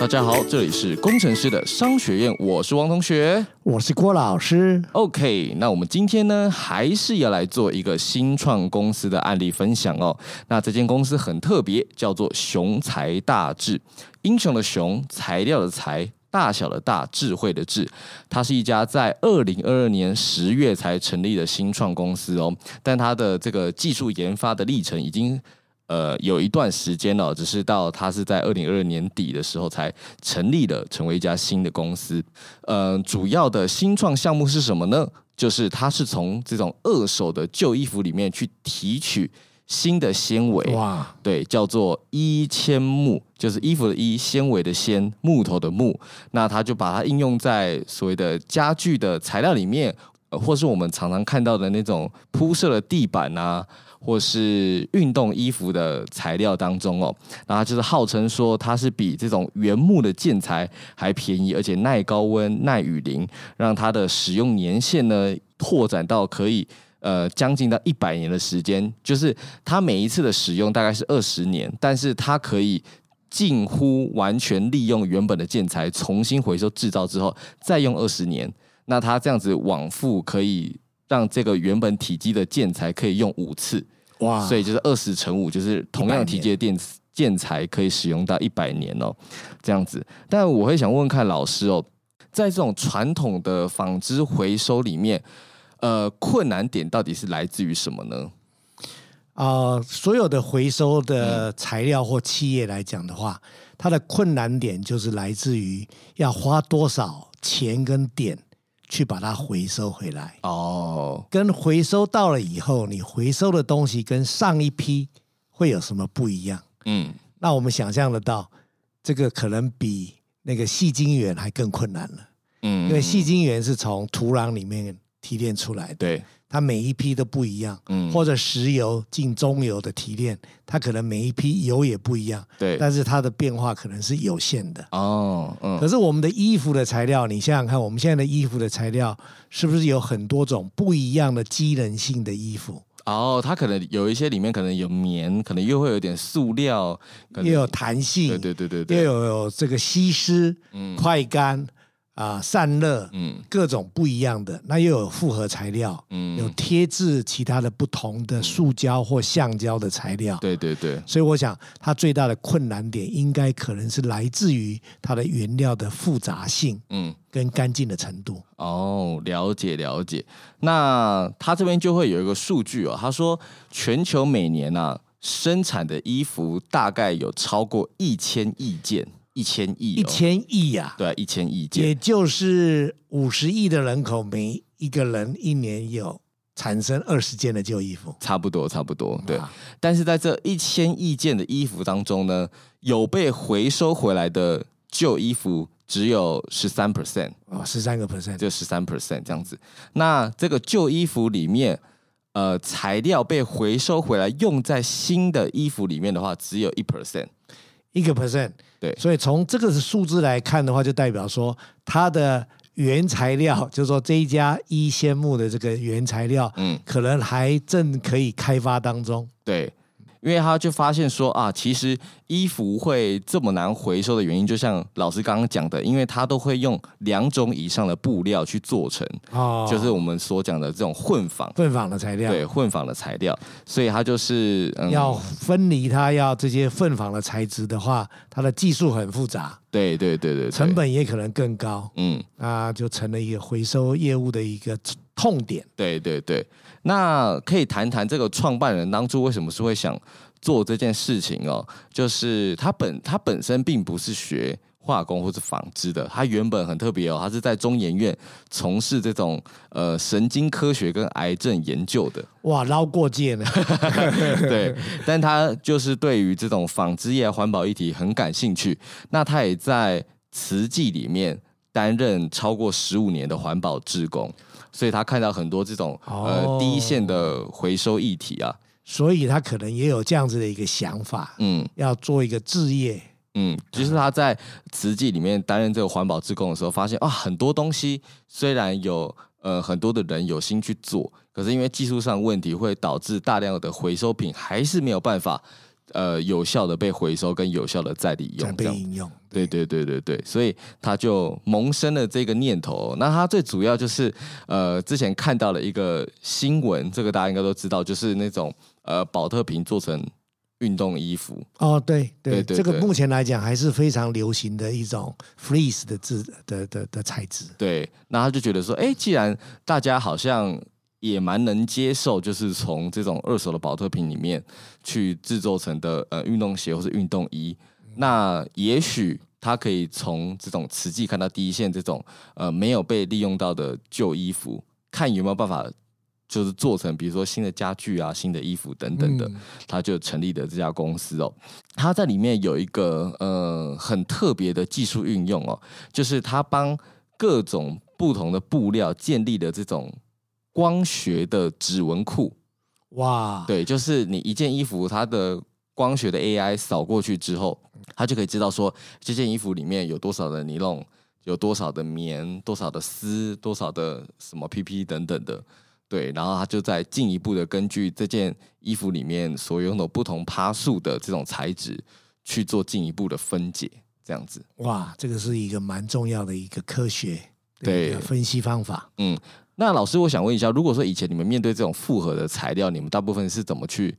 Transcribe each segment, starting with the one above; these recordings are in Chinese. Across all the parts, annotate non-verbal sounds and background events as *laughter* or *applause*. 大家好，这里是工程师的商学院，我是王同学。我是郭老师。 OK，那我们今天呢，还是要来做一个新创公司的案例分享哦。那这间公司很特别，叫做雄才大智，英雄的雄，材料的材。大小的大，智慧的智，它是一家在二零二二年十月才成立的新创公司哦。但它的这个技术研发的历程已经呃有一段时间了、哦，只是到它是在二零二二年底的时候才成立了，成为一家新的公司。呃，主要的新创项目是什么呢？就是它是从这种二手的旧衣服里面去提取新的纤维，哇，对，叫做衣纤木，就是衣服的衣，纤维的纤，木头的木。那它就把它应用在所谓的家具的材料里面，呃或是我们常常看到的那种铺设的地板啊，或是运动衣服的材料当中哦。那它就是号称说它是比这种原木的建材还便宜，而且耐高温、耐雨淋，让它的使用年限呢拓展到可以。呃，将近到一百年的时间，就是它每一次的使用大概是二十年，但是它可以近乎完全利用原本的建材，重新回收制造之后再用二十年。那它这样子往复可以让这个原本体积的建材可以用五次，哇，所以就是二十乘五，就是同样体积的电建材可以使用到一百年哦，这样子。但我会想问问看老师哦，在这种传统的纺织回收里面，呃，困难点到底是来自于什么呢？啊、所有的回收的材料或企业来讲的话，它的困难点就是来自于要花多少钱跟点去把它回收回来，哦，跟回收到了以后，你回收的东西跟上一批会有什么不一样？嗯，那我们想象得到，这个可能比那个细晶圆还更困难了，嗯，因为细晶圆是从土壤里面提炼出来的。对，它每一批都不一样，嗯或者石油进中油的提炼，它可能每一批油也不一样，对但是它的变化可能是有限的。哦，可嗯，是我们的衣服的材料，你想想看，我们现在的衣服的材料是不是有很多种不一样的机能性的衣服，哦，它可能有一些里面可能有棉，可能又会有点塑料，可能又有弹性，对对对对又对，有有这个吸湿、嗯快干啊、散热，嗯各种不一样的，那又有复合材料，嗯有贴制其他的不同的塑胶或橡胶的材料，对对对，所以我想，它最大的困难点应该可能是来自于它的原料的复杂性嗯。跟干净的程度。哦，了解了解。那他这边就会有一个数据哦，他说全球每年啊生产的衣服大概有超过一千亿件，一千亿、哦，一千亿呀、对啊、一千亿件也，就是五十亿的人口，每一个人一年有产生二十件的旧衣服。差不多差不多。对，啊但是在这一千亿件的衣服当中呢，有被回收回来的旧衣服只有十三 percent。哦，十三个 percent，就十三 percent 这样子。那这个旧衣服里面，呃，材料被回收回来用在新的衣服里面的话，只有一 percent。一个 percent。对所以从这个数字来看的话，就代表说它的原材料，就是说这一家一仙木的这个原材料，嗯，可能还正可以开发当中。对，因为他就发现说啊，其实衣服会这么难回收的原因，就像老师刚刚讲的，因为它都会用两种以上的布料去做成，哦，啊就是我们所讲的这种混纺。混纺的材料。对混纺的材料，所以它就是嗯，要分离它，要这些混纺的材质的话，它的技术很复杂，对对对对对成，本也可能更高，嗯，那就成了一个回收业务的一个痛点。对对对，那可以谈谈这个创办人当初为什么是会想做这件事情哦？就是他本他本身并不是学化工或是纺织的，他原本很特别哦，他是在中研院从事这种呃神经科学跟癌症研究的。哇，捞过界 *laughs* 呢，对，但他就是对于这种纺织业环保议题很感兴趣。那他也在慈济里面担任超过十五年的环保志工，所以他看到很多这种、哦呃第一线的回收议题啊，所以他可能也有这样子的一个想法，嗯要做一个置业。嗯，就是他在慈济里面担任这个环保志工的时候，发现啊，很多东西虽然有呃很多的人有心去做，可是因为技术上问题，会导致大量的回收品还是没有办法。呃，有效的被回收跟有效的再利在用，这被样应用。对对对对对，所以他就萌生了这个念头。那他最主要就是，呃，之前看到了一个新闻，这个大家应该都知道，就是那种呃保特瓶做成运动衣服，哦，对对对，对这个对目前来讲还是非常流行的一种 fleece 的质的的的材质。对，那他就觉得说，哎，既然大家好像也蛮能接受，就是从这种二手的保特瓶里面去制作成的呃运动鞋或是运动衣，那也许他可以从这种实际看到第一线这种呃没有被利用到的旧衣服，看有没有办法。就是做成，比如说新的家具啊、新的衣服等等的，他就成立了这家公司哦。他在里面有一个呃很特别的技术运用哦，就是他帮各种不同的布料建立了这种光学的指纹库。哇，对，就是你一件衣服，它的光学的 AI 扫过去之后，它就可以知道说这件衣服里面有多少的尼龙，有多少的棉，多少的丝，多少的什么 PP 等等的。对，然后它就再进一步的根据这件衣服里面所拥有不同趴数的这种材质去做进一步的分解，这样子。哇，这个是一个蛮重要的一个科学的对一个分析方法。那老师，我想问一下，如果说以前你们面对这种复合的材料，你们大部分是怎么去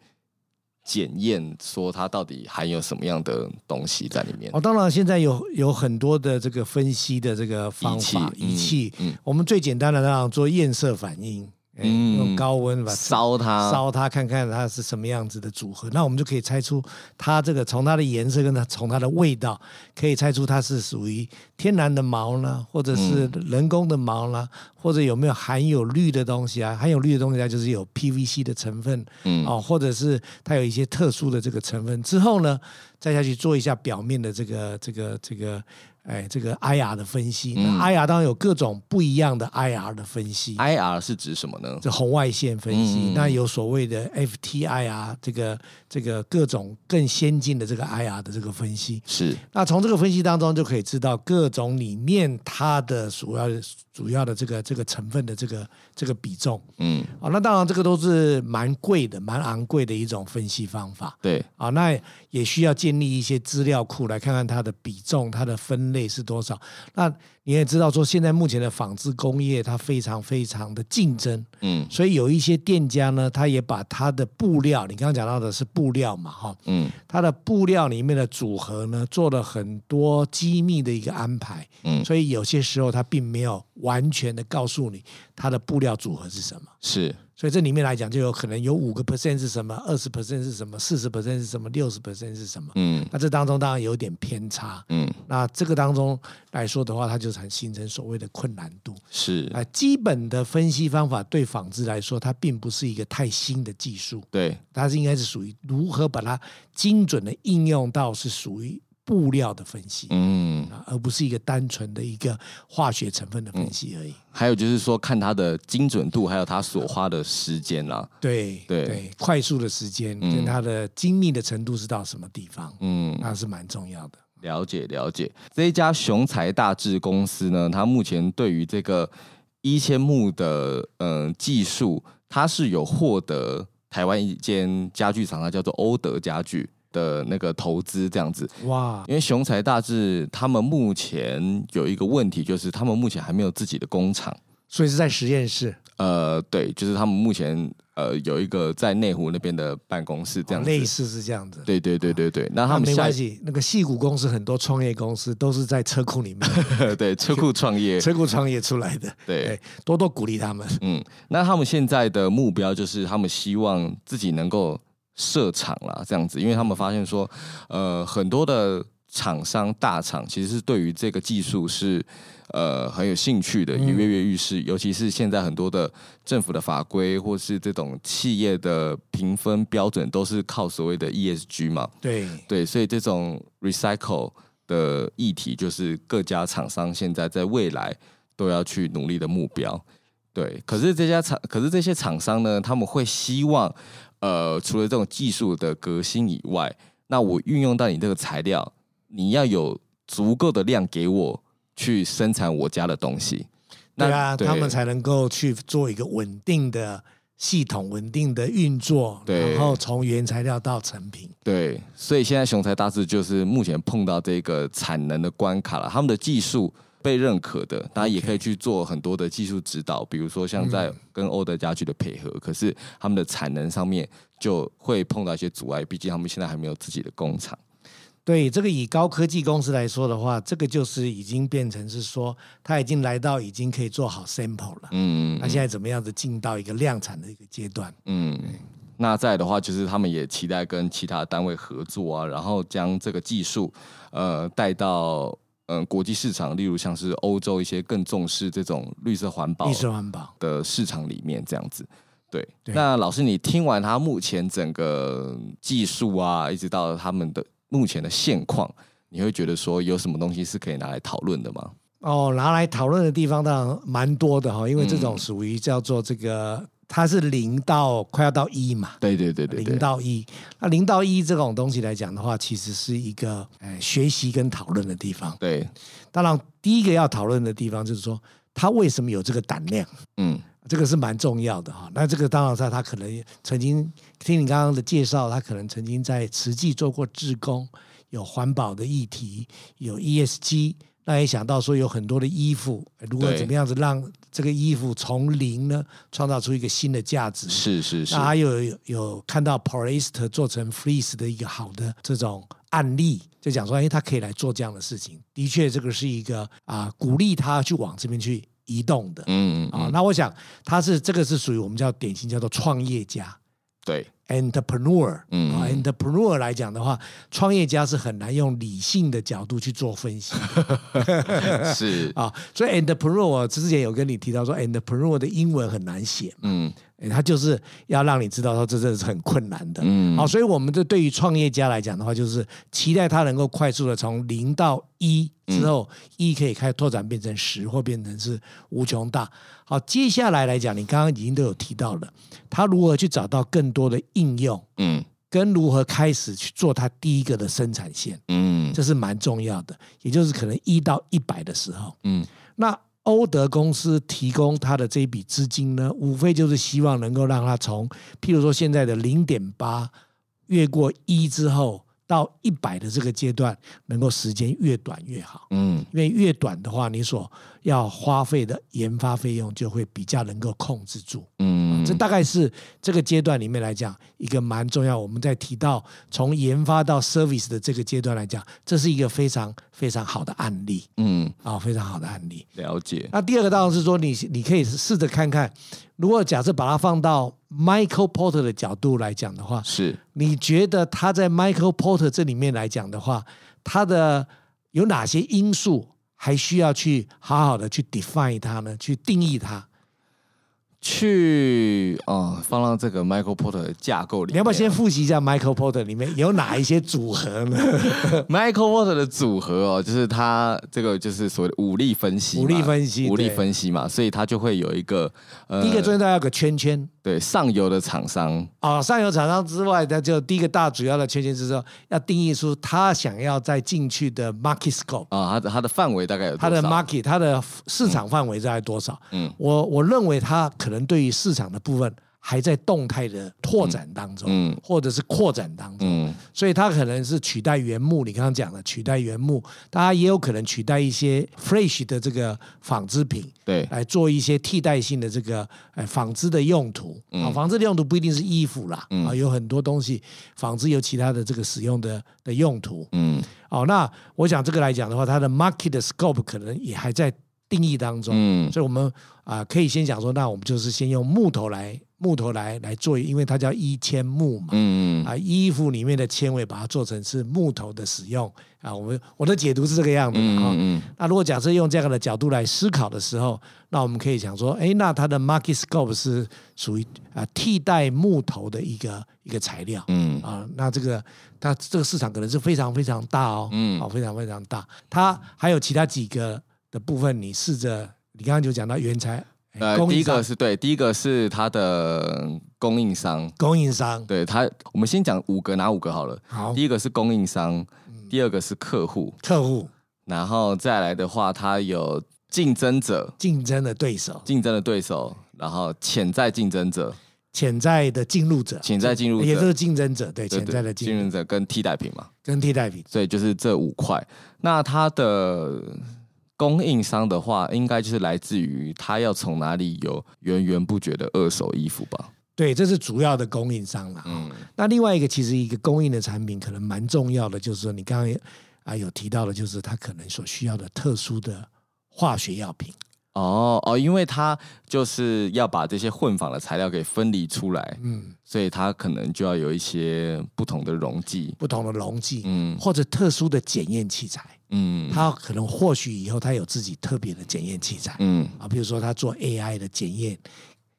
检验，说它到底含有什么样的东西在里面？哦，当然现在有有很多的这个分析的这个方法仪器仪器，嗯嗯我们最简单的当然做验色反应，哎嗯用高温把烧它，烧它，看看它是什么样子的组合。那我们就可以猜出它这个从它的颜色跟它从它的味道，可以猜出它是属于天然的毛呢，或者是嗯人工的毛呢，或者有没有含有氯的东西啊？含有氯的东西啊，就是有 PVC 的成分，嗯，哦，或者是它有一些特殊的这个成分。之后呢，再下去做一下表面的这个这个这个。哎，这个 IR 的分析，嗯那 IR 当然有各种不一样的 IR 的分析。 IR 是指什么呢？这红外线分析，那有所谓的 FTI 啊，这个这个各种更先进的这个 IR 的这个分析。是那从这个分析当中就可以知道各种里面它的主要主要的这个这个成分的这个这个比重。嗯，啊、那当然这个都是蛮贵的、蛮昂贵的一种分析方法。对，啊，那也需要建立一些资料库来看看它的比重、它的分类是多少。那你也知道说，现在目前的纺织工业它非常非常的竞争，嗯所以有一些店家呢，他也把他的布料，你刚刚讲到的是布料嘛，哈，嗯它的布料里面的组合呢，做了很多机密的一个安排，嗯所以有些时候它并没有完全的告诉你它的布料组合是什么。是所以这里面来讲，就有可能有五个 percent 是什么，二十 percent 是什么，四十 percent 是什么，六十 percent 是什么。嗯那这当中当然有点偏差。嗯那这个当中来说的话，它就产形成所谓的困难度。是，啊，基本的分析方法对纺织来说，它并不是一个太新的技术，对它是应该是属于如何把它精准的应用到是属于布料的分析。嗯，啊，而不是一个单纯的一个化学成分的分析而已。还有就是说看它的精准度，还有它所花的时间啦，对对快速的时间跟它的精密的程度是到什么地方，嗯，那是蛮重要的。了解了解，这一家雄才大智公司呢，它目前对于这个一千木的嗯、呃技术，它是有获得台湾一间家具厂商叫做欧德家具的那个投资这样子。哇，因为雄才大智他们目前有一个问题，就是他们目前还没有自己的工厂。所以是在实验室，呃，对，就是他们目前呃有一个在内湖那边的办公室这样子。哦类似是这样子。对对对对对，那他那们啊没下关一系，那个戏骨公司很多创业公司都是在车库里 *laughs* 面，对车库创业，车库创业出来的。对，多多鼓励他们。嗯，那他们现在的目标就是他们希望自己能够设厂啦，这样子，因为他们发现说，呃，很多的厂商大厂其实是对于这个技术是呃很有兴趣的，也跃跃欲试。尤其是现在很多的政府的法规或是这种企业的评分标准都是靠所谓的 ESG 嘛，对，对，所以这种 recycle 的议题，就是各家厂商现在在未来都要去努力的目标。对，可是这家厂，可是这些厂商呢，他们会希望，呃，除了这种技术的革新以外，那我运用到你这个材料，你要有足够的量给我去生产我家的东西。对啊，他们才能够去做一个稳定的系统、稳定的运作，对然后从原材料到成品。对，所以现在雄才大志就是目前碰到这个产能的关卡了，他们的技术被认可的，当然也可以去做很多的技术指导，比如说像在嗯跟欧德家具的配合，可是他们的产能上面就会碰到一些阻碍，毕竟他们现在还没有自己的工厂。对，这个以高科技公司来说的话，这个就是已经变成是说，它已经来到已经可以做好 sample 了。嗯那现在怎么样子进到一个量产的一个阶段？嗯，那再来的话，就是他们也期待跟其他单位合作啊，然后将这个技术呃带到。嗯，国际市场，例如像是欧洲一些更重视这种绿色环保、绿色环保，的市场里面这样子。对，对那老师，你听完他目前整个技术啊，一直到他们的目前的现况，你会觉得说有什么东西是可以拿来讨论的吗？哦，拿来讨论的地方当然蛮多的哈、因为这种属于叫做这个，它是零到快要到一嘛，对对对对零对，到一。那零到一这种东西来讲的话，其实是一个呃学习跟讨论的地方。对，当然，第一个要讨论的地方就是说，他为什么有这个胆量？嗯，这个是蛮重要的哈。那这个当然在他可能曾经听你刚刚的介绍，他可能曾经在慈济做过志工，有环保的议题，有 ESG。那也想到说有很多的衣服，哎如何对怎么样子让这个衣服从零呢创造出一个新的价值？是是是那，还有有有看到 polyester 做成 fleece 的一个好的这种案例，就讲说，哎，他可以来做这样的事情。的确，这个是一个啊、鼓励他去往这边去移动的。嗯嗯啊、嗯，那我想他是这个是属于我们叫典型叫做创业家对， entrepreneur，嗯啊、entrepreneur 来讲的话，创业家是很难用理性的角度去做分析的 *laughs* 是，啊、所以 entrepreneur 我之前有跟你提到说，entrepreneur 的英文很难写嘛，嗯诶他就是要让你知道说这真的是很困难的，嗯，好，所以我们这对于创业家来讲的话，就是期待他能够快速的从零到一之后，一、可以开始拓展变成十，或变成是无穷大。好，接下来来讲，你刚刚已经都有提到了，他如何去找到更多的应用，嗯跟如何开始去做他第一个的生产线，嗯这是蛮重要的。也就是可能一到一百的时候，嗯，那欧德公司提供他的这一笔资金呢，无非就是希望能够让他从，譬如说现在的零点八越过一之后到一百的这个阶段，能够时间越短越好。嗯因为越短的话，你所要花费的研发费用就会比较能够控制住。嗯，这大概是这个阶段里面来讲一个蛮重要。我们在提到从研发到 service 的这个阶段来讲，这是一个非常非常好的案例嗯啊、非常好的案例。了解，那第二个当然是说你，你可以试着看看，如果假设把它放到 Michael Porter 的角度来讲的话，是，你觉得他在 Michael Porter 这里面来讲的话，他的有哪些因素还需要去好好的去 define 它呢？去定义它？去哦，放到这个 Michael Porter 的架构里面，啊你要不要先复习一下 Michael Porter 里面有哪一些组合呢？ Michael Water 的组合哦，就是他这个就是所谓的武力分析嘛，武力分析武力对分析嘛，所以他就会有一个呃，第一个最重要有个圈圈对上游的厂商，哦，上游厂商之外，那就第一个大主要的圈圈是说要定义出他想要再进去的 market scope。啊、他的他的范围大概有它的多少 market，它的市场范围在多少？嗯我我认为它可能对于市场的部分还在动态的拓展当中，嗯或者是扩展当中，嗯所以它可能是取代原木，你刚刚讲的取代原木，大家也有可能取代一些 fresh 的这个纺织品。对来做一些替代性的这个呃纺织的用途嗯啊，纺织的用途不一定是衣服啦，啊，有很多东西纺织有其他的这个使用的的用途，嗯哦，那我想这个来讲的话，它的 market 的 scope 可能也还在定义当中，嗯所以我们啊、可以先讲说，那我们就是先用木头来木头来来做，因为它叫衣纤木嘛。嗯，啊，衣服里面的纤维把它做成是木头的使用啊，我们我的解读是这个样子的哈、嗯那如果假设用这样的角度来思考的时候，那我们可以想说，哎，那它的 market scope 是属于啊、替代木头的一个一个材料。嗯啊，那这个它这个市场可能是非常非常大哦，嗯啊，非常非常大。它还有其他几个的部分，你试着，你刚刚就讲到原材，哎呃，供第应一商个是对，第一个是它的供应商，供应商，对它，我们先讲五个，拿五个好了。好，嗯第一个是供应商，第二个是客户，客户然后再来的话，它有竞争者、竞争的对手，竞争的对手，然后潜在竞争者、潜在的进入者，潜在进入者，哎也就是竞争者，对，对潜对在的竞竞争者跟替代品嘛。跟替代品，所以就是这五块。那它的供应商的话，应该就是来自于它要从哪里有源源不绝的二手衣服吧？对，这是主要的供应商了。嗯，那另外一个其实一个供应的产品可能蛮重要的，就是说你刚刚啊有提到的，就是它可能所需要的特殊的化学药品。哦哦，因为它就是要把这些混纺的材料给分离出来，嗯。所以它可能就要有一些不同的溶剂。不同的溶剂，嗯或者特殊的检验器材，嗯它可能或许以后它有自己特别的检验器材、嗯啊，比如说它做 AI 的检验，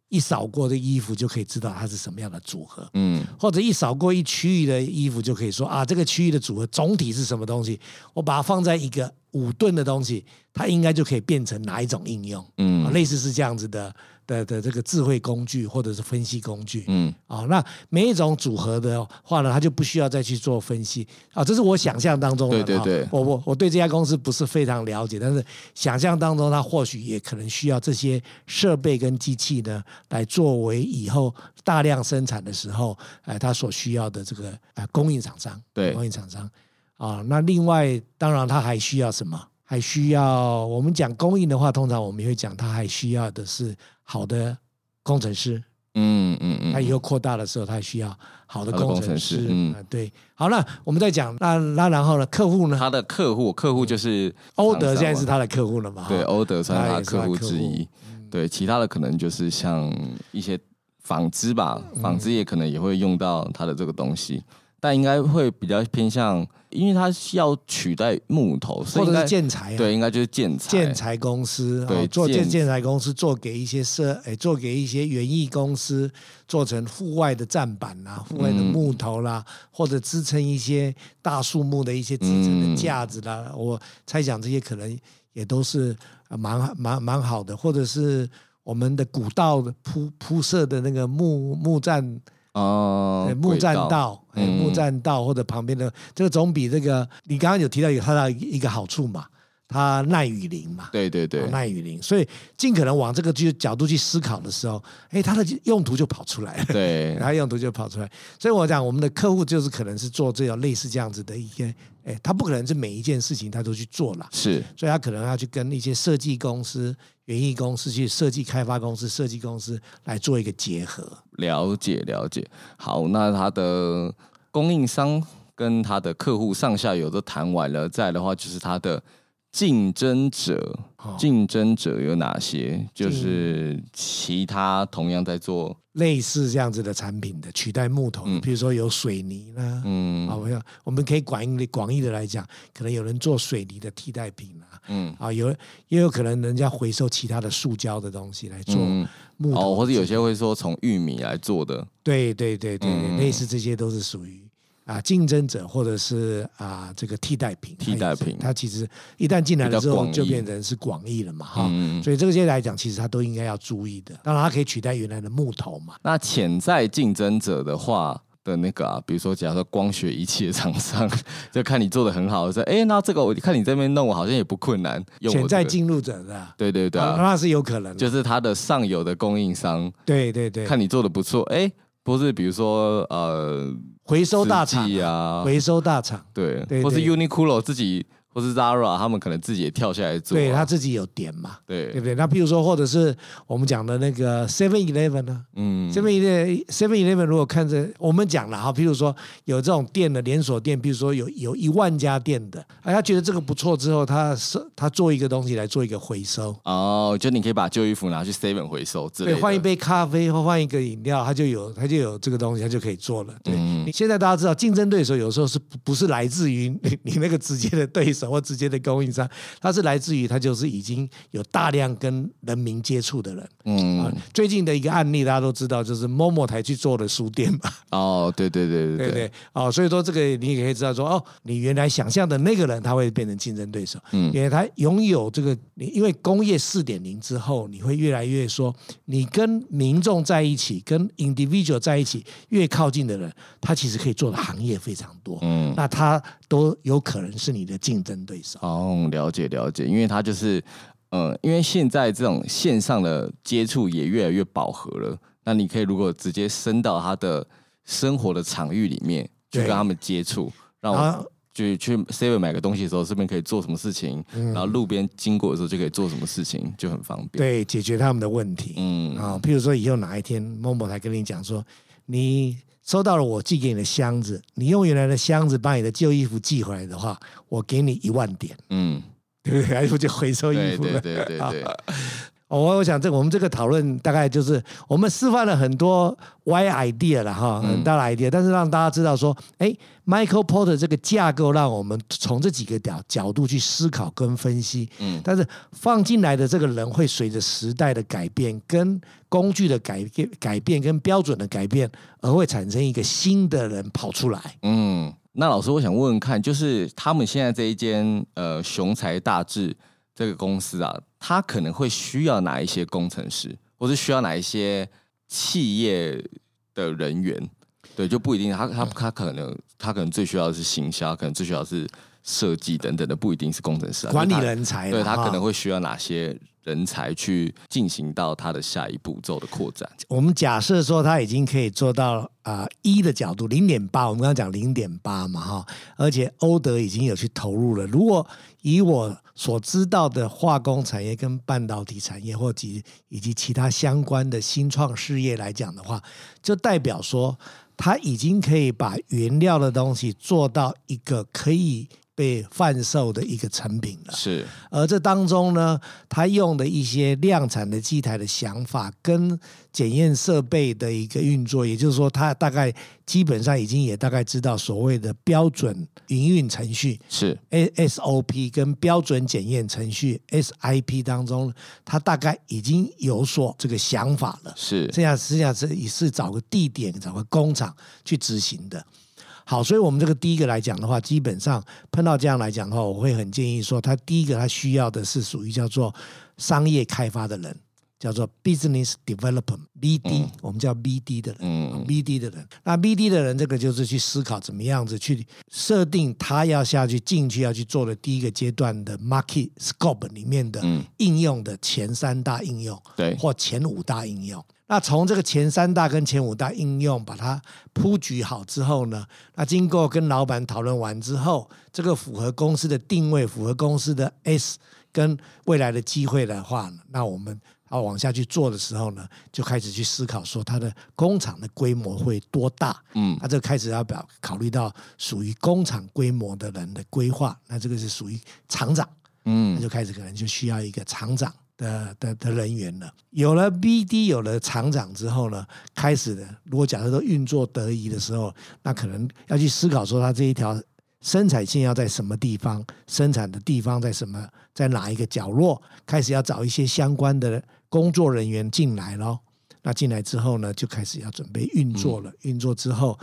一扫过的衣服就可以知道它是什么样的组合，嗯或者一扫过一区域的衣服就可以说啊，这个区域的组合总体是什么东西，我把它放在一个五吨的东西，它应该就可以变成哪一种应用，啊，嗯类似是这样子的的的这个智慧工具或者是分析工具，嗯啊、那每一种组合的话呢，它就不需要再去做分析啊、这是我想象当中的。对对对啊我我我对这家公司不是非常了解，但是想象当中，它或许也可能需要这些设备跟机器呢，来作为以后大量生产的时候，哎，它所需要的这个呃供应厂商，对供应厂商啊、那另外，当然它还需要什么？还需要我们讲供应的话，通常我们也会讲它还需要的是好的工程师。嗯嗯嗯，它以后扩大的时候，它需要好的好的工工程程师师。嗯啊对。好，那我们再讲，那那然后呢？客户呢？它的客户客户就是欧厂德商哦现在嘛是他的客户了嘛？对，哦哈欧德算他是他啊也的是客他户客之户嗯一。对，其他的可能就是像一些纺织吧，纺嗯织业可能也会用到它的这个东西，但应该会比较偏向，因为它是要取代木头，所或以应者该是建材啊，对，应该就是建材。建材公司，对哦做建建建材公司做给一些设，哎，做给一些园艺公司做成户外的站板啦、户外的嗯木头啦，或者支撑一些大树木的一些支撑嗯的架子啦。我猜想这些可能也都是呃蛮蛮蛮好的，或者是我们的古道的铺铺设的那个木木栈哦哎，木轨栈道，哎，嗯木栈道或者旁边的这个总比这个你刚刚有提到有它的一个好处嘛，它耐雨淋嘛，对对对哦，耐雨淋，所以尽可能往这个去角度去思考的时候，哎，它的用途就跑出来了。 *laughs* 对然，后用途就跑出来，所以我讲我们的客户就是可能是做这种类似这样子的一些，哎，他不可能是每一件事情他都去做了，是，所以他可能要去跟一些设计公司、园艺公司、去设计开发公司、设计公司来做一个结合。了解了解。好，那它的供应商跟它的客户上下游都谈完了，再来的话就是它的竞争者哦，竞、争者有哪些？就竞是其他同样在做，类似这样子的产品的取代木头的，嗯比如说有水泥啦，嗯啊，我要我们可以广义地广义的来讲，可能有人做水泥的替代品啦，嗯啊，有也有可能人家回收其他的塑胶的东西来做嗯，木头，哦，或者有些会说从玉米来做的，对对对对对，嗯类似这些都是属于。啊，竞争者或者是啊，这个替代品，替代品它其实一旦进来了之比较后，广义就变成是广义了嘛，哈、嗯。所以这些来讲，其实它都应该要注意的。当然，它可以取代原来的木头嘛，那潜在竞争者的话的那个啊，比如说，假如说光学仪器的厂商， *laughs* 就看你做的很好，说，哎、那这个我看你这边弄，我好像也不困难，用我潜在这个进入者的，对对对、啊啊，那是有可能的。就是它的上游的供应商，对对对，看你做的不错，哎、不是比如说呃，回收大厂制剂啊回收大厂，对，对或是对 Uniqlo 自己或是 Zara 他们可能自己也跳下来做啊、对他自己有点嘛，对对不对？那譬如说，或者是我们讲的那个 Seven Eleven 呢嗯？Seven Eleven Seven Eleven 如果看着我们讲了哈，譬如说有这种店的连锁店，譬如说有有一万家店的，哎，他觉得这个不错之后，他是他做一个东西来做一个回收，哦，就你可以把旧衣服拿去 Seven 回收之类对，的，换一杯咖啡或换一个饮料，它就有它就有这个东西，它就可以做了。对，嗯你现在大家知道，竞争对手有时候是不不是来自于你你那个直接的对手或直接的供应商，它是来自于它就是已经有大量跟人民接触的人。嗯啊，最近的一个案例大家都知道，就是某某台去做的书店嘛，哦，对对对对对不对？哦，所以说这个你也可以知道说，哦，你原来想象的那个人他会变成竞争对手，嗯，因为他拥有这个，你因为工业四点零之后，你会越来越说，你跟民众在一起，跟 individual 在一起，越靠近的人，他其实可以做的行业非常多，嗯，那他都有可能是你的竞争对手。哦，了解了解，因为它就是，呃，因为现在这种线上的接触也越来越饱和了，那你可以如果直接伸到他的生活的场域里面去对跟他们接触，让然后我去去 Seven 买个东西的时候，顺便可以做什么事情，然后路边经过的时候就可以做什么事情，就很方便。嗯对，解决他们的问题。嗯啊、譬如说以后哪一天某某台跟你讲说，你收到了我寄给你的箱子，你用原来的箱子把你的旧衣服寄回来的话，我给你一万点，嗯，对不对？然后就回收衣对服对了。对对对，哦，我我想这个我们这个讨论大概就是我们示范了很多歪 idea 了哈，很嗯大的 idea，、但是让大家知道说，哎，Michael Porter 这个架构让我们从这几个角角度去思考跟分析，嗯，但是放进来的这个人会随着时代的改变、跟工具的改变、改变跟标准的改变，而会产生一个新的人跑出来。嗯，那老师，我想问问看，就是他们现在这一间呃雄才大志这个公司啊，它可能会需要哪一些工程师，或是需要哪一些企业的人员？对，就不一定，他他他可能他可能最需要的是行销，可能最需要的是设计等等的，不一定是工程师、啊、管理就是他人才啦，对他哈可能会需要哪些人才去进行到他的下一步骤的扩展？我们假设说它已经可以做到啊一、的角度，零点八，我们刚刚讲零点八嘛哈，而且欧德已经有去投入了。如果以我所知道的化工产业跟半导体产业或及以及其他相关的新创事业来讲的话，就代表说它已经可以把原料的东西做到一个可以被贩售的一个成品了。是，而这当中呢，他用的一些量产的机台的想法跟检验设备的一个运作，也就是说，他大概基本上已经也大概知道所谓的标准营运程序是， A SOP 跟标准检验程序 SIP 当中，他大概已经有所这个想法了。是，剩下剩下是也是找个地点、找个工厂去执行的。好，所以我们这个第一个来讲的话，基本上碰到这样来讲的话，我会很建议说，他第一个他需要的是属于叫做商业开发的人，叫做 business development BD，、我们叫 BD 的人、啊嗯 b d 的人。那 BD 的人，这个就是去思考怎么样子去设定他要下去进去要去做的第一个阶段的 market scope 里面的应用的前三大应用。嗯对，或前五大应用。那从这个前三大跟前五大应用把它铺局好之后呢，那经过跟老板讨论完之后，这个符合公司的定位，符合公司的 S 跟未来的机会的话呢，那我们要往下去做的时候呢，就开始去思考说它的工厂的规模会多大。嗯，那这开始要表考虑到属于工厂规模的人的规划，那这个是属于厂长。那嗯，就开始可能就需要一个厂长的的的人员了。有了 BD，有了厂长之后呢，开始的如果假设都运作得宜的时候，那可能要去思考说它这一条生产线要在什么地方，生产的地方在什么，在哪一个角落，开始要找一些相关的工作人员进来咯。那进来之后呢，就开始要准备运作了。运作之后，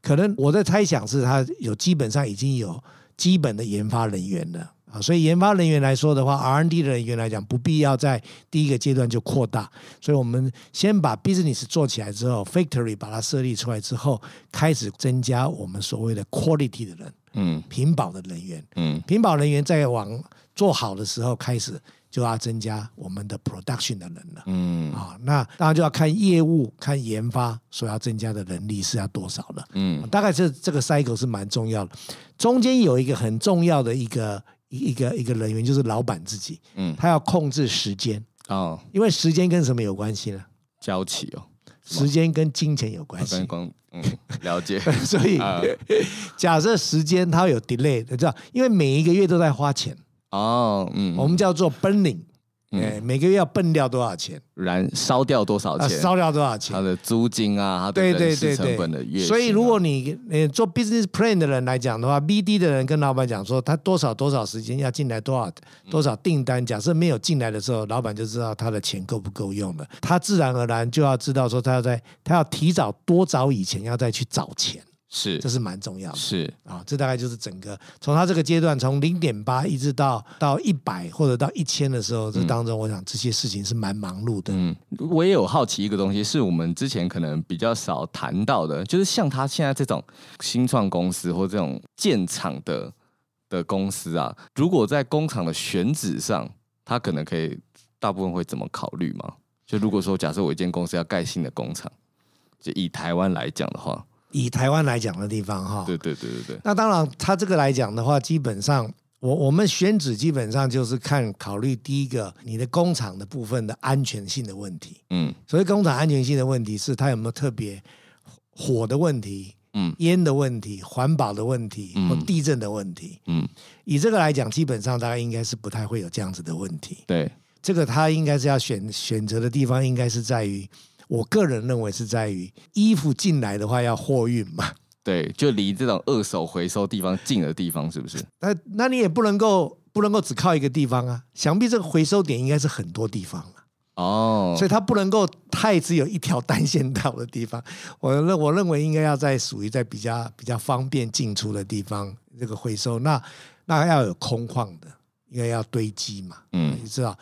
可能我在猜想是他有基本上已经有基本的研发人员了啊，所以研发人员来说的话，R&D 的人员来讲，不必要在第一个阶段就扩大，所以我们先把 business 做起来之后，factory 把它设立出来之后，开始增加我们所谓的 quality 的人，嗯屏保的人员，嗯，屏保人员在往做好的时候开始就要增加我们的 production 的人了。嗯啊、那当然就要看业务、看研发所要增加的人力是要多少了。嗯大概这这个 cycle 是蛮重要的。中间有一个很重要的一个一一个一个人员，就是老板自己，嗯他要控制时间，哦，因为时间跟什么有关系呢？交期哦，时间跟金钱有关我系跟。光嗯了 *laughs* 解，所以啊，假设时间它有 delay，你知道，因为每一个月都在花钱，哦，我嗯，们叫做 burning，嗯哎，每个月要奔掉多少钱，燃烧掉多少啊，钱？烧掉多少他钱？的租金啊，他的对对人对事成本的月对，薪啊，所以如果你呃做 business plan 的人来讲的话，BD 的人跟老板讲说，他多少多少时间要进来多少嗯多少订单，假设没有进来的时候，老板就知道他的钱够不够用了，他自然而然就要知道说他要在他要提早多早以前要再去找钱，是这是蛮重要的。是啊，这大概就是整个从他这个阶段，从零点八一直到到一百或者到一千的时候，这当中我想这些事情是蛮忙碌的。嗯，我也有好奇一个东西，是我们之前可能比较少谈到的，就是像他现在这种新创公司或这种建厂的的公司啊，如果在工厂的选址上，他可能可以大部分会怎么考虑吗？就如果说假设我一间公司要盖新的工厂，就以台湾来讲的话，以台湾来讲的地方哈，对对对对对，那当然他这个来讲的话，基本上我我们选址基本上就是看考虑第一个你的工厂的部分的安全性的问题。嗯所谓工厂安全性的问题是它有没有特别火的问题、嗯烟的问题、环保的问题嗯或地震的问题。嗯，以这个来讲，基本上大概应该是不太会有这样子的问题。对，这个他应该是要选选择的地方，应该是在于，我个人认为是在于衣服进来的话要货运嘛。对，就离这种二手回收地方近的地方，是不是？那那你也不能够不能够只靠一个地方啊，想必这个回收点应该是很多地方了，哦，所以它不能够太只有一条单线道的地方。 *laughs* 我认我认为应该要在属于在比较比较方便进出的地方这个回收，那那要有空旷的，应该要堆积嘛。嗯你知道，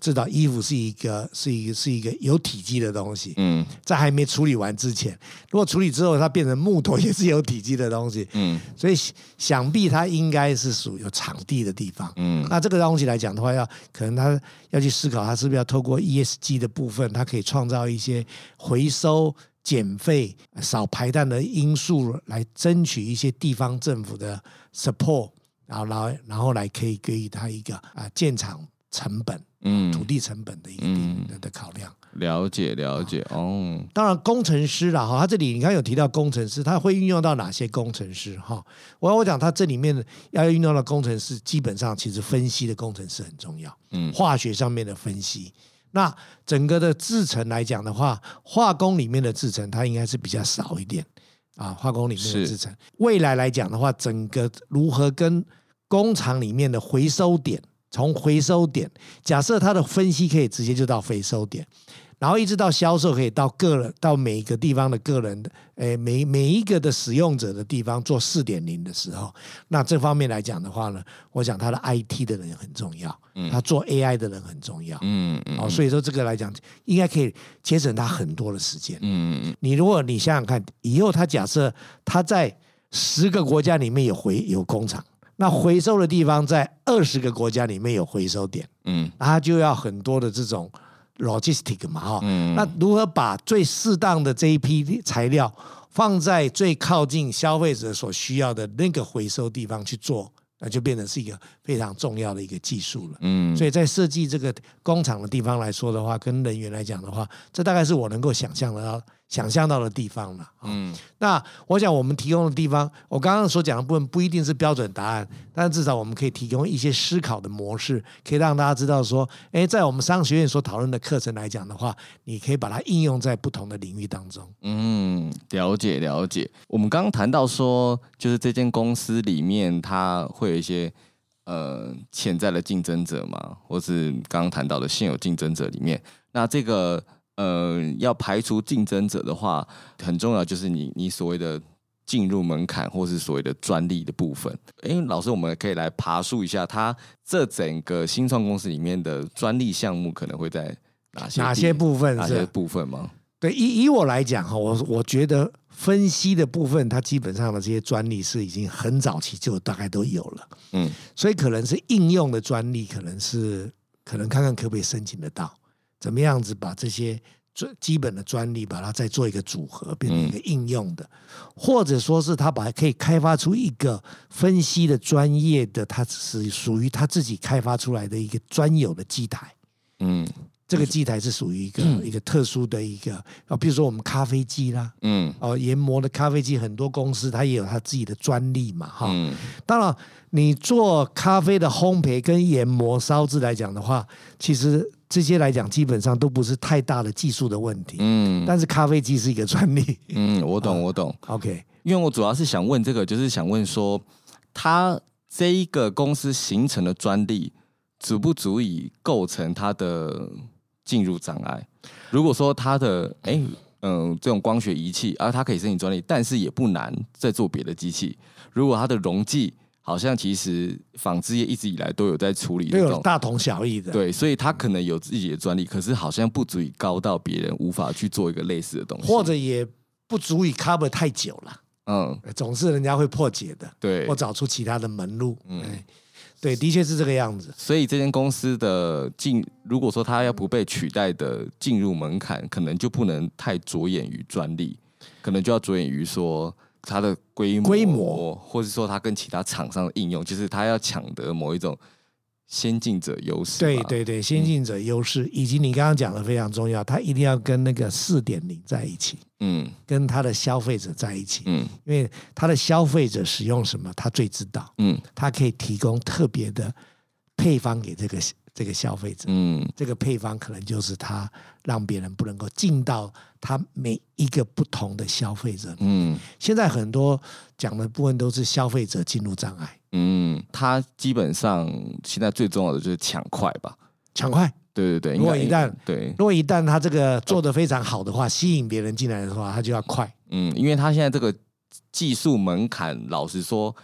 知道衣服是一个是一个是一个有体积的东西，嗯在还没处理完之前，如果处理之后它变成木头，也是有体积的东西，嗯所以想想必它应该是属于有场地的地方。嗯那这个东西来讲的话，要可能他要去思考，他是不是要透过 ESG 的部分，它可以创造一些回收、减废、少排碳的因素，来争取一些地方政府的 support，然后来然后来可以给予他一个啊建厂成本、嗯，土地成本的一个嗯的的考量。了解了解哦，当然，工程师啦哈，他这里你刚刚有提到工程师，他会运用到哪些工程师哈？我我讲他这里面要运用到工程师，基本上其实分析的工程师很重要，嗯化学上面的分析。那整个的制程来讲的话，化工里面的制程它应该是比较少一点啊，化工里面的是制程。未来来讲的话，整个如何跟工厂里面的回收点，从回收点，假设它的分析可以直接就到回收点，然后一直到销售，可以到个人到每一个地方的个人的，诶，每每一个的使用者的地方做四点零的时候，那这方面来讲的话呢，我想他的 IT 的人很重要，他做 AI 的人很重要，嗯嗯哦，所以说这个来讲，应该可以节省他很多的时间。嗯嗯你如果你想想看，以后他假设他在十个国家里面有回有工厂，那回收的地方在二十个国家里面有回收点。嗯那他就要很多的这种 logistic 嘛哈、嗯那如何把最适当的这一批材料放在最靠近消费者所需要的那个回收地方去做，那就变成是一个非常重要的一个技术了。嗯，所以在设计这个工厂的地方来说的话，跟人员来讲的话，这大概是我能够想象得到、想象到的地方了。啊嗯那我想我们提供的地方，我刚刚所讲的部分不一定是标准答案，但至少我们可以提供一些思考的模式，可以让大家知道说，诶，在我们商学院所讨论的课程来讲的话，你可以把它应用在不同的领域当中。嗯，了解了解。我们刚刚谈到说，就是这间公司里面，它会有一些呃潜在的竞争者嘛，或是刚刚谈到的现有竞争者里面，那这个呃要排除竞争者的话，很重要就是你你所谓的。进入门槛，或是所谓的专利的部分。诶，老师，我们可以来爬树一下，它这整个新创公司里面的专利项目可能会在哪些哪地些部分哪些是？部分吗？对，以以我来讲哈，我我觉得分析的部分，它基本上的这些专利是已经很早期就大概都有了，嗯所以可能是应用的专利，可能是可能看看可不可以申请得到，怎么样子把这些最基本的专利，把它再做一个组合，变成一个应用的，或者说是他把可以开发出一个分析的专业的，它是属于他自己开发出来的一个专有的机台。嗯这个机台是属于一个、一个特殊的一个啊，比如说我们咖啡机啦，嗯哦，研磨的咖啡机，很多公司它也有它自己的专利嘛，哈。嗯当然，你做咖啡的烘焙跟研磨、烧制来讲的话，其实这些来讲基本上都不是太大的技术的问题。嗯但是呃咖啡机是一个专利。 *laughs* 嗯，我懂我懂， OK，因为我主要是想问这个，就是想问说，它这一个公司形成的专利，足不足以构成它的进入障碍？如果说它的哎。嗯，这种光学仪器啊，它可以申请专利，但是也不难再做别的机器。如果它的溶剂好像其实纺织业一直以来都有在处理都这有种大同小异的。对，所以他可能有自己的专利，可是好像不足以高到别人无法去做一个类似的东西，或者也不足以 cover 太久了，哎嗯，总是人家会破解的，对或，找出其他的门路。嗯，对，的确是这个样子。所以这间公司的进，如果说它要不被取代的进入门槛，可能就不能太着眼于专利，可能就要着眼于说它的规模，规模，或是说它跟其他厂商的应用，就是它要抢得某一种先进者优势，对，对嗯对，先进者优势，以及你刚刚讲的非常重要，它一定要跟那个四点零在一起，嗯跟它的消费者在一起，嗯因为它的消费者使用什么，它最知道，嗯它可以提供特别的配方给这个这个消费者。嗯这个配方可能就是它让别人不能够进到它每一个不同的消费者。嗯现在很多讲的部分都是消费者进入障碍，嗯，它基本上现在最重要的就是抢快吧。抢快，对对对，如果应该一旦对，如果一旦他这个做得非常好的话，吸引别人进来的话，他就要快。嗯，因为他现在这个技术门槛，老实说，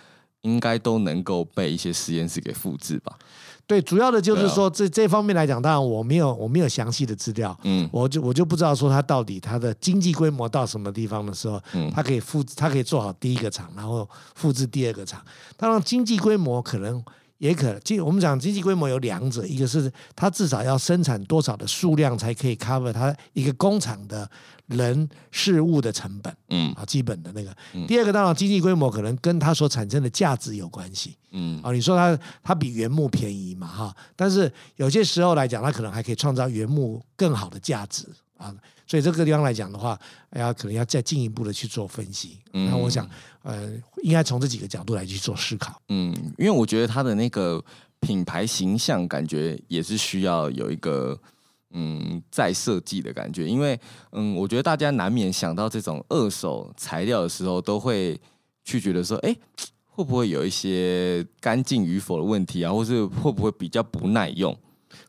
应该都能够被一些实验室给复制吧。对，主要的就是对啊说、这这方面来讲，当然我没有我没有详细的资料，嗯我就我就不知道说它到底它的经济规模到什么地方的时候，嗯它可以复它可以做好第一个厂，然后复制第二个厂。当然，经济规模可能也可，经我们讲经济规模有两者，一个是它至少要生产多少的数量才可以 cover 它一个工厂的人事物的成本嗯啊，基本的那个。第二个当然经济规模可能跟它所产生的价值有关系。嗯哦，你说它它比原木便宜嘛哈，但是有些时候来讲，它可能还可以创造原木更好的价值啊。所以这个地方来讲的话，要可能要再进一步的去做分析。嗯那我想，呃，应该从这几个角度来去做思考。嗯，因为我觉得他的那个品牌形象感觉也是需要有一个。嗯，再设计的感觉，因为嗯，我觉得大家难免想到这种二手材料的时候，都会去觉得说，哎、会不会有一些干净与否的问题啊，或是会不会比较不耐用？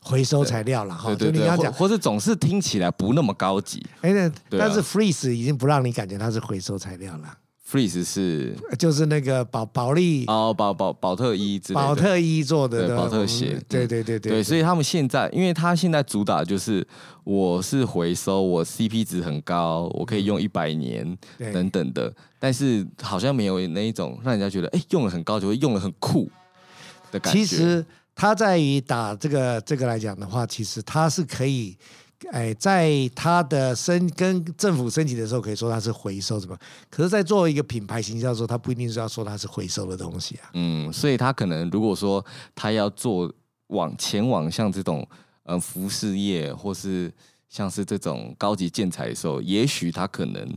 回收材料了哈，对就对你对，刚刚或讲，或是总是听起来不那么高级。哎，那对啊但是 freeze 已经不让你感觉它是回收材料了， Freeze 是就是那个保保利、哦，保保保特一之类的，保特一做的对吧保特我们鞋嗯对对对对所以他们现在，因为他现在主打就是我是回收，我 CP 值很高，我可以用一百年嗯对等等的，但是好像没有那一种让人家觉得哎、用了很高级，会用了很酷的感觉。其实它在于打这个这个来讲的话，其实它是可以，哎，在它的申跟政府申请的时候，可以说它是回收什么，可是，在作为一个品牌形象的时候，它不一定是要说它是回收的东西啊。嗯，所以他可能如果说他要做往前往像这种呃服饰业或是像是这种高级建材的时候，也许他可能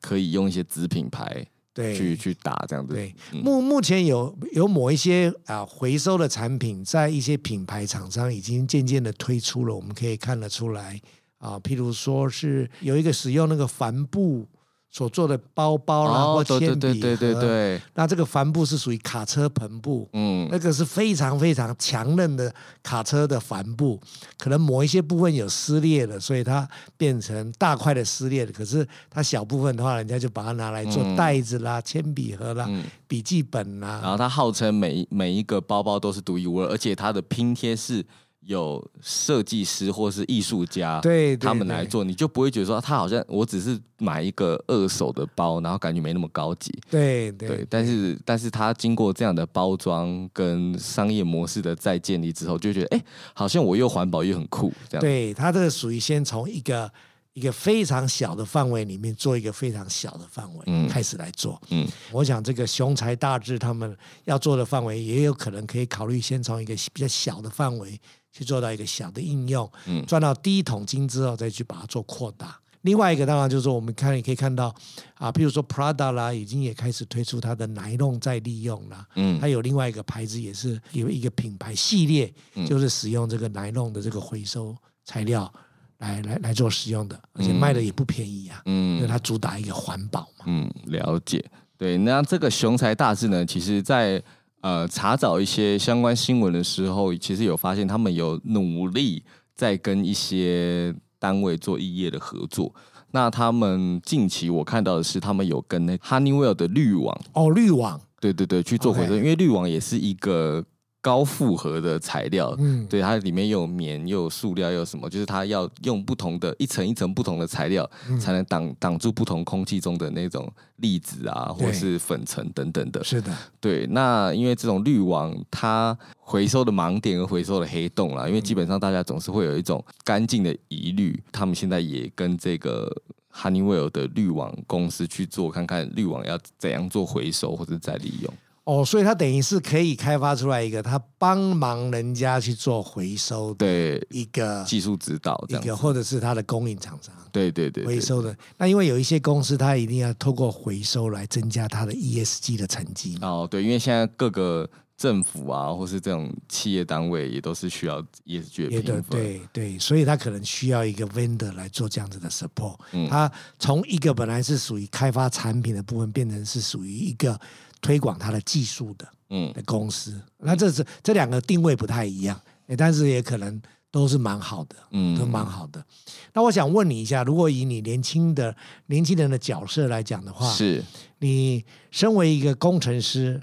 可以用一些子品牌去对去打这样子。对，嗯目目前有有某一些啊、回收的产品，在一些品牌厂商已经渐渐的推出了，我们可以看得出来啊、譬如说是有一个使用那个帆布所做的包包啦，哦，或对对铅笔对对对盒对，那这个帆布是属于卡车篷布，嗯那个是非常非常强韧的卡车的帆布，可能某一些部分有撕裂了，所以它变成大块的撕裂了。可是它小部分的话，人家就把它拿来做袋子啦、铅笔盒啦、嗯，啊笔记本然啦。后他号称每一每一个包包都是独一无二，而且它的拼贴是有设计师或是艺术家对，对他们来，做，你就不会觉得说他好像我只是买一个二手的包，然后感觉没那么高级。对对对对，但是但是它经过这样的包装跟商业模式的再建立之后，就觉得哎、诶好像我又环保又很酷这样。对，它这个属于先从一个一个非常小的范围里面做一个非常小的范围，嗯开始来做。嗯，我想这个雄才大志他们要做的范围，也有可能可以考虑先从一个比较小的范围去做到一个小的应用，嗯赚到第一桶金之后再去把它做扩大。另外一个当然就是我们看，也可以看到啊，譬如说 Prada 啦，已经也开始推出它的奶弄再利用啦，嗯它有另外一个牌子也是有一个品牌系列，嗯就是使用这个奶弄的这个回收材料来来来做使用的，而且卖的也不便宜啊，因嗯为它主打一个环保嘛。嗯，了解。对，那这个雄才大志呢，其实在呃查找一些相关新闻的时候，其实有发现他们有努力在跟一些单位做异业的合作。那他们近期我看到的是，他们有跟那 Honeywell 的滤网哦，滤网，对对对，去做回收 OK 因为滤网也是一个高复合的材料，嗯，对，它里面又有棉，又有塑料，又有什么，就是它要用不同的一层一层不同的材料，嗯才能挡挡住不同空气中的那种粒子啊，或对是粉尘等等的。是的，对，那因为这种滤网，它回收的盲点跟回收的黑洞啦，因为基本上大家总是会有一种干净的疑虑，他们现在也跟这个。汉尼威尔的滤网公司去做看看滤网要怎样做回收或者再利用。哦，所以它等于是可以开发出来一个，它帮忙人家去做回收的对一个技术指导这一样子，个，或者是它的供应厂商。对对对回对，收的那，因为有一些公司，它一定要透过回收来增加它的 ESG 的成绩嘛。哦对，因为现在各个政府啊，或是这种企业单位也都是需要 ESG 的也的评分，对对，所以它可能需要一个 vendor 来做这样子的 support。嗯它从一个本来是属于开发产品的部分，变成是属于一个推广它的技术的嗯，的公司。那这是这两个定位不太一样，诶但是也可能都是蛮好的，嗯都蛮好的。那我想问你一下，如果以你年轻的年轻人的角色来讲的话，是，你身为一个工程师，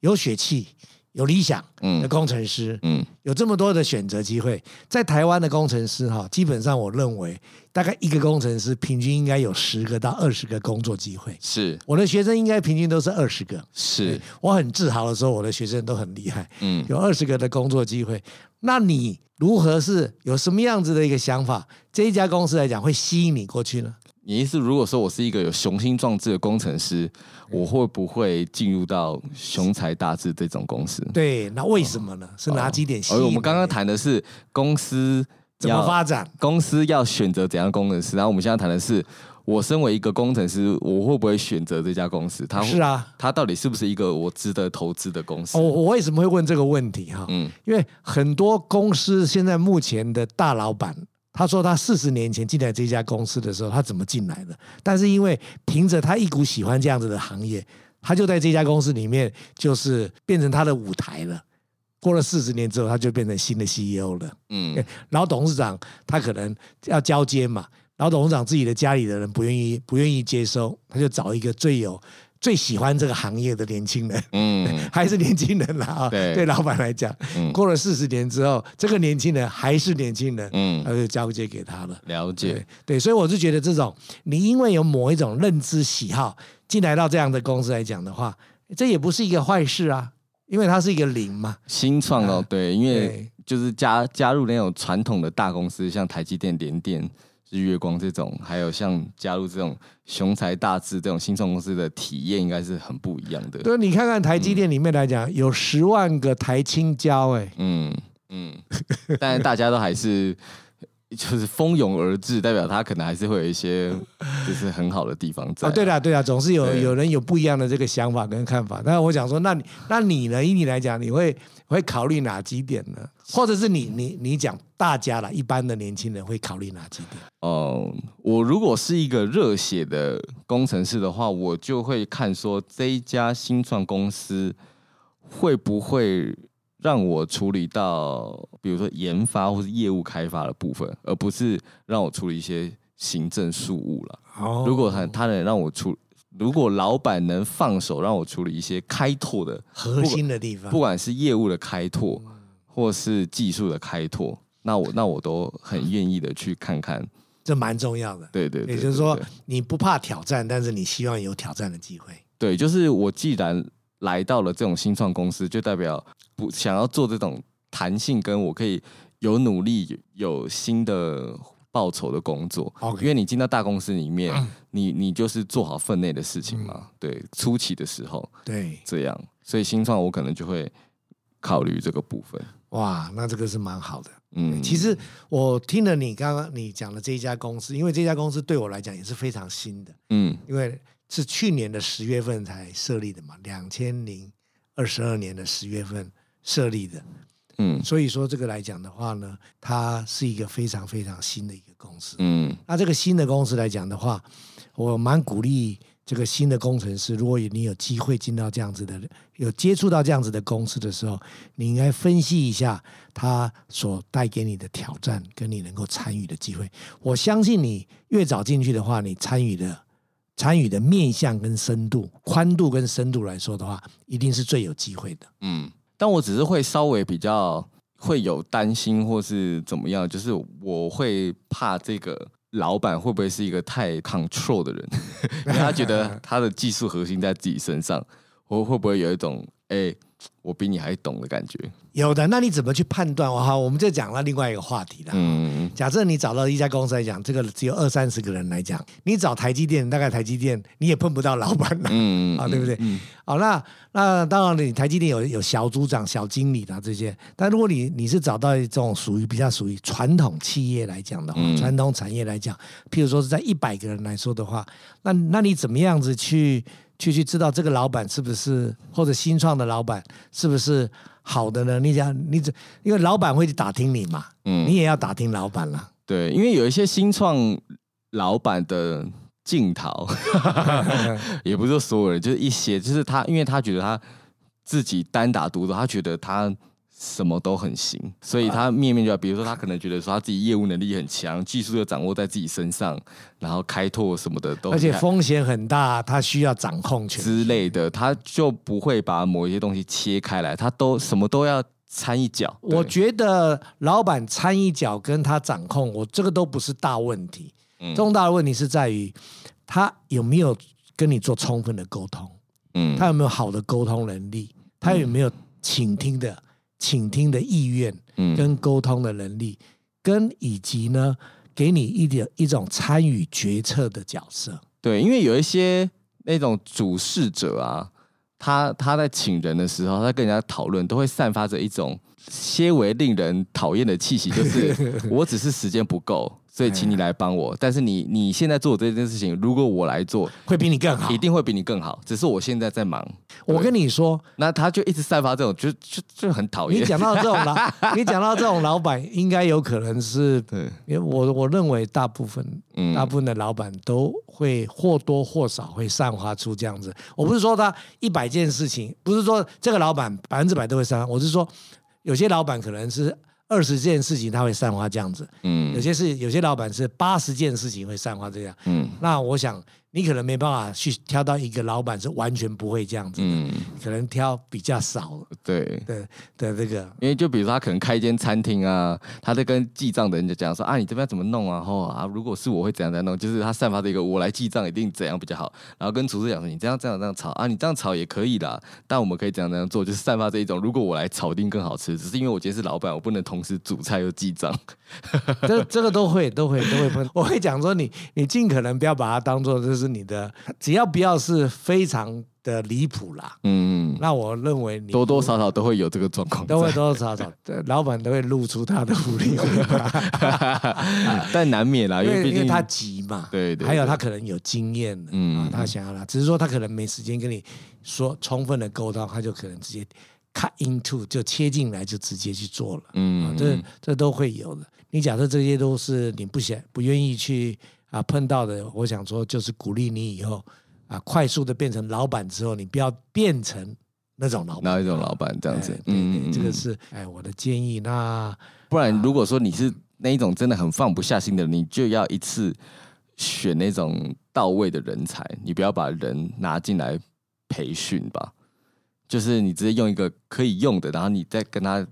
有血气、有理想的嗯工程师，嗯有这么多的选择机会，在台湾的工程师哈，基本上我认为大概一个工程师平均应该有十个到二十个工作机会。是我的学生应该平均都是二十个，是，我很自豪的说，我的学生都很厉害，嗯有二十个的工作机会。那你如何是有什么样子的一个想法？这一家公司来讲会吸引你过去呢？你意思如果说我是一个有雄心壮志的工程师，我会不会进入到雄才大志这种公司？对，那为什么呢？是哪几点吸而引哦你？我们刚刚谈的是公司怎么要发展？公司要选择怎样的工程师，然后我们现在谈的是，我身为一个工程师，我会不会选择这家公司？它是啊，它到底是不是一个我值得投资的公司？哦，我为什么会问这个问题哈？嗯因为很多公司现在目前的大老板，他说他四十年前进来这家公司的时候，他怎么进来的？但是因为凭着他一股喜欢这样子的行业，他就在这家公司里面就是变成他的舞台了。过了四十年之后，他就变成新的 CEO 了。嗯老董事长他可能要交接嘛，老董事长自己的家里的人不愿意不愿意接收，他就找一个最有最喜欢这个行业的年轻人。嗯还是年轻人啦啊，对老板来讲，嗯过了四十年之后，这个年轻人还是年轻人，他 *laughs* 嗯，就交接给他了。了对解。对，所以我是觉得这种，你因为有某一种认知喜好，进来到这样的公司来讲的话，这也不是一个坏事啊，因为它是一个零嘛。新创哦，对，因为哎对就是加加入那种传统的大公司，像台积电、联电、日月光这种，还有像加入这种雄才大志这种新创公司的体验，应该是很不一样的。对，你看看台积电里面来讲，有十万个台青椒、哎，嗯，嗯，但大家都还是 *laughs* 就是蜂拥而至，代表他可能还是会有一些就是很好的地方在。哦，对啦，对啦，总是有对有人有不一样的这个想法跟看法。那我想说，那你那你呢？以你来讲，你会会考虑哪几点呢？或者是你你你讲大家啦，一般的年轻人会考虑哪几点？哦、我如果是一个热血的工程师的话，我就会看说这一家新创公司会不会让我处理到，比如说研发或是业务开发的部分，而不是让我处理一些行政事务了。哦如果他他能让我处，如果老板能放手让我处理一些开拓的，核心的地方不，管是业务的开拓，嗯或是技术的开拓，那我那我都很愿意的去看看。这蛮重要的。对对对也就是说对对，你不怕挑战，但是你希望有挑战的机会。对，就是我既然来到了这种新创公司，就代表不想要做这种弹性，跟我可以有努力有新的。报酬的工作 OK 嗯因为你进到大公司里面，你你就是做好分内的事情嘛。对，初期的时候对，这样，所以新创我可能就会考虑这个部分。哇，那这个是蛮好的。嗯，其实我听了你刚刚你讲的这一家公司，因为这家公司对我来讲也是非常新的，嗯因为是去年的十月份才设立的嘛，两千零二十二年的十月份设立的，嗯所以说这个来讲的话呢，它是一个非常非常新的一个公司。嗯那这个新的公司来讲的话，我蛮鼓励这个新的工程师，如果你有机会进到这样子的，有接触到这样子的公司的时候，你应该分析一下它所带给你的挑战，跟你能够参与的机会。我相信你越早进去的话，你参与的。参与的面向跟深度、宽度跟深度来说的话，一定是最有机会的。嗯，但我只是会稍微比较会有担心或是怎么样，就是我会怕这个。老板会不会是一个太 control 的人？ *laughs* 因为他觉得他的技术核心在自己身上，我会不会有一种哎、我比你还懂的感觉？有的，那你怎么去判断？我好，我们就讲了另外一个话题了。嗯假设你找到一家公司来讲，这个只有二三十个人来讲，你找台积电，大概台积电你也碰不到老板了。嗯啊，对不对？好，那那当然，你台积电有有小组长、小经理啊这些，但如果你你是找到这种属于比较属于传统企业来讲的话，嗯传统产业来讲，譬如说是在一百个人来说的话，那那你怎么样子去去去知道这个老板是不是或者新创的老板是不是好的呢？你想你怎因为老板会去打听你嘛，嗯你也要打听老板啦。对，因为有一些新创老板的镜 *laughs* 头，也不是说所有人，就是一些，就是他，因为他觉得他自己单打独斗，他觉得他什么都很行，所以他面面俱到。比如说，他可能觉得说他自己业务能力很强，技术又掌握在自己身上，然后开拓什么的都很而且厉害风险很大，他需要掌控权。之类的，他就不会把某一些东西切开来，他都什么都要掺一脚。我对觉得老板掺一脚跟他掌控，我这个都不是大问题。嗯重大的问题是在于他有没有跟你做充分的沟通，嗯他有没有好的沟通能力，他有没有倾听的倾听的意愿嗯跟沟通的能力，跟以及呢给你一点一种参与决策的角色。对，因为有一些那种主事者啊，他他在请人的时候，他在跟人家讨论，都会散发着一种些为令人讨厌的气息，就是 *laughs* 我只是时间不够，所以哎请你来帮我。但是你你现在做的这件事情，如果我来做，会比你更好一。定会比你更好。只是我现在在忙，我跟你说，那他就一直散发这种，就就就很讨厌。你讲到这种老，你讲到这种老板，应该有可能是 *laughs* 对，因为我我认为大部分嗯大部分的老板都会或多或少会散发出这样子。我不是说他一百件事情，不是说这个老板百分之百都会散发，我是说有些老板可能是二十件事情他会散发这样子，有嗯些是有些老板是八十件事情会散发这样。嗯那我想你可能没办法去挑到一个老板是完全不会这样子的，嗯，可能挑比较少对。的的这个。因为就比如说他可能开一间餐厅啊，他在跟记账的人就讲说啊，你这边要怎么弄啊？吼啊，如果是我会怎样怎样弄，就是他散发的一个我来记账一定怎样比较好，然后跟厨师讲说你这样这样这样炒啊，你这样炒也可以啦，但我们可以怎样怎样做，就是散发这一种如果我来炒一定更好吃，只是因为我今天是老板，我不能同时煮菜又记账。这这个都会都会都会碰。我 *laughs* 会讲说你，你尽可能不要把它当做这是你的，只要不要是非常的离谱啦。 *laughs* 嗯，那我认为你多多少少都会有这个状况在，都会多多 *laughs* 少少，对老板都会露出他的狐狸尾巴，但难免 *laughs* 啊啦，因因为为毕因为竟他急嘛。对对对还有他可能有经验，嗯嗯、啊，他想要啦，只是说他可能没时间跟你说充分的沟通，他就可能直接 cut into 就切进来就直接去做了。啊，嗯这这都会有的。你假设这些都是你不想、不愿意去啊碰到的，我想说就是鼓励你以后啊快速的变成老板之后，你不要变成那种老板。哪一种老板这样子哎，对嗯对嗯嗯这嗯个是哎我的建议。那不然，如果说你是那一种真的很放不下心的人，你就要一次选那种到位的人才，你不要把人拿进来培训吧。就是你直接用一个可以用的，然后你再跟他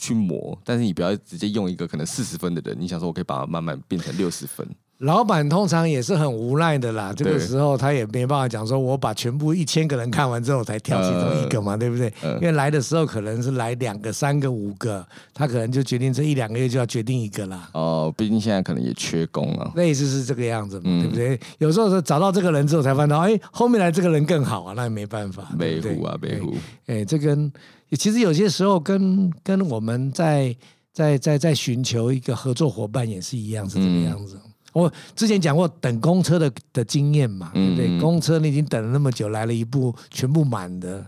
去磨，但是你不要直接用一个可能四十分的人，你想说我可以把它慢慢变成六十分。老板通常也是很无奈的啦，这个对时候他也没办法讲说，我把全部一千个人看完之后才挑其中一个呃嘛，对不对？因为来的时候可能是来两个、三个、五个，他可能就决定这一两个月就要决定一个啦，哦，毕竟现在可能也缺工啊。类似是这个样子嘛，嗯对不对？有时候是找到这个人之后才发现到，哎，后面来这个人更好啊，那也没办法，北对不对湖啊，北湖，哎，这跟其实有些时候跟跟我们在在在在寻求一个合作伙伴也是一样，是这个样子。嗯我之前讲过等公车的的经验嘛，对不对？嗯嗯公车你已经等了那么久，来了一部全部满的，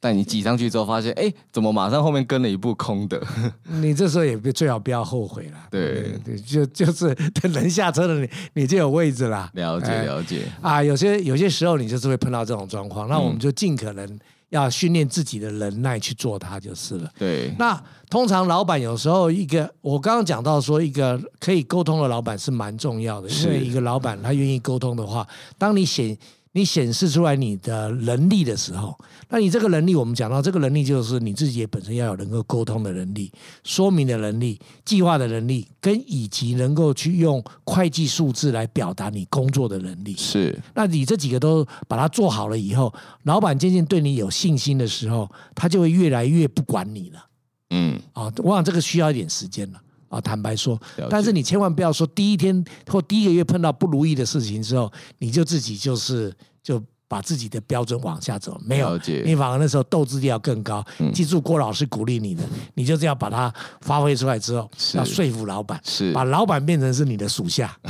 但你挤上去之后发现，哎，怎么马上后面跟了一部空的？ *laughs* 你这时候也别最好不要后悔了。对对，就就是等人下车了，你你就有位置啦。了解哎了解，啊，有些有些时候你就是会碰到这种状况，那我们就尽可能要训练自己的忍耐去做它就是了。对，那通常老板有时候一个，我刚刚讲到说，一个可以沟通的老板是蛮重要的，因为一个老板他愿意沟通的话，当你显你显示出来你的能力的时候，那你这个能力，我们讲到这个能力就是你自己也本身要有能够沟通的能力、说明的能力、计划的能力，跟以及能够去用会计数字来表达你工作的能力。是那你这几个都把它做好了以后，老板渐渐对你有信心的时候，他就会越来越不管你了。嗯，啊，我想这个需要一点时间了啊。坦白说了解，但是你千万不要说第一天或第一个月碰到不如意的事情之后，你就自己就是就把自己的标准往下走，没有了解，嗯你反而那时候斗志力要更高。记住郭老师鼓励你的，你就这样把它发挥出来之后，是要说服老板，是把老板变成是你的属下， *laughs*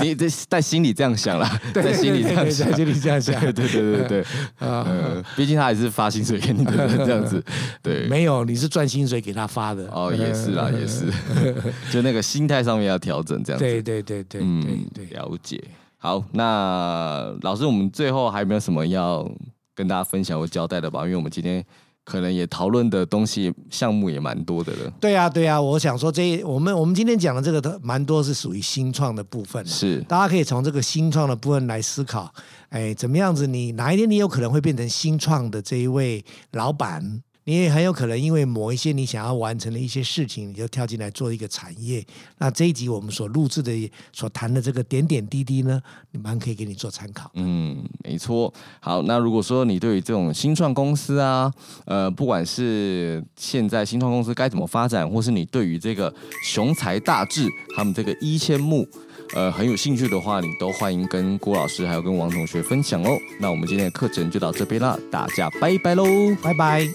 你这在心里这样想啦，在心里这样想在。心里这样想。 *laughs* 啊对对对对 *laughs* 对，呃，毕竟他也是发薪水给你的人，这样 *laughs* 子，对，没有，你是赚薪水给他发的。哦，也是啦，也 *laughs* 是，就那个心态上面要调整，这样子，对对对对对嗯，对。了解。好，那老师，我们最后还有没有什么要跟大家分享或交代的吧？因为我们今天可能也讨论的东西项目也蛮多的了，对呀、对呀、我想说这我们我们今天讲的这个都蛮多是属于新创的部分，啊是大家可以从这个新创的部分来思考，哎，怎么样子你哪一天你有可能会变成新创的这一位老板，你也很有可能因为某一些你想要完成的一些事情，你就跳进来做一个产业。那这一集我们所录制的所谈的这个点点滴滴呢，你蛮可以给你做参考。嗯，没错。好，那如果说你对于这种新创公司啊，呃，不管是现在新创公司该怎么发展，或是你对于这个雄才大志他们这个一千木，呃，很有兴趣的话，你都欢迎跟郭老师还有跟王同学分享哦。那我们今天的课程就到这边啦，大家拜拜喽。拜拜。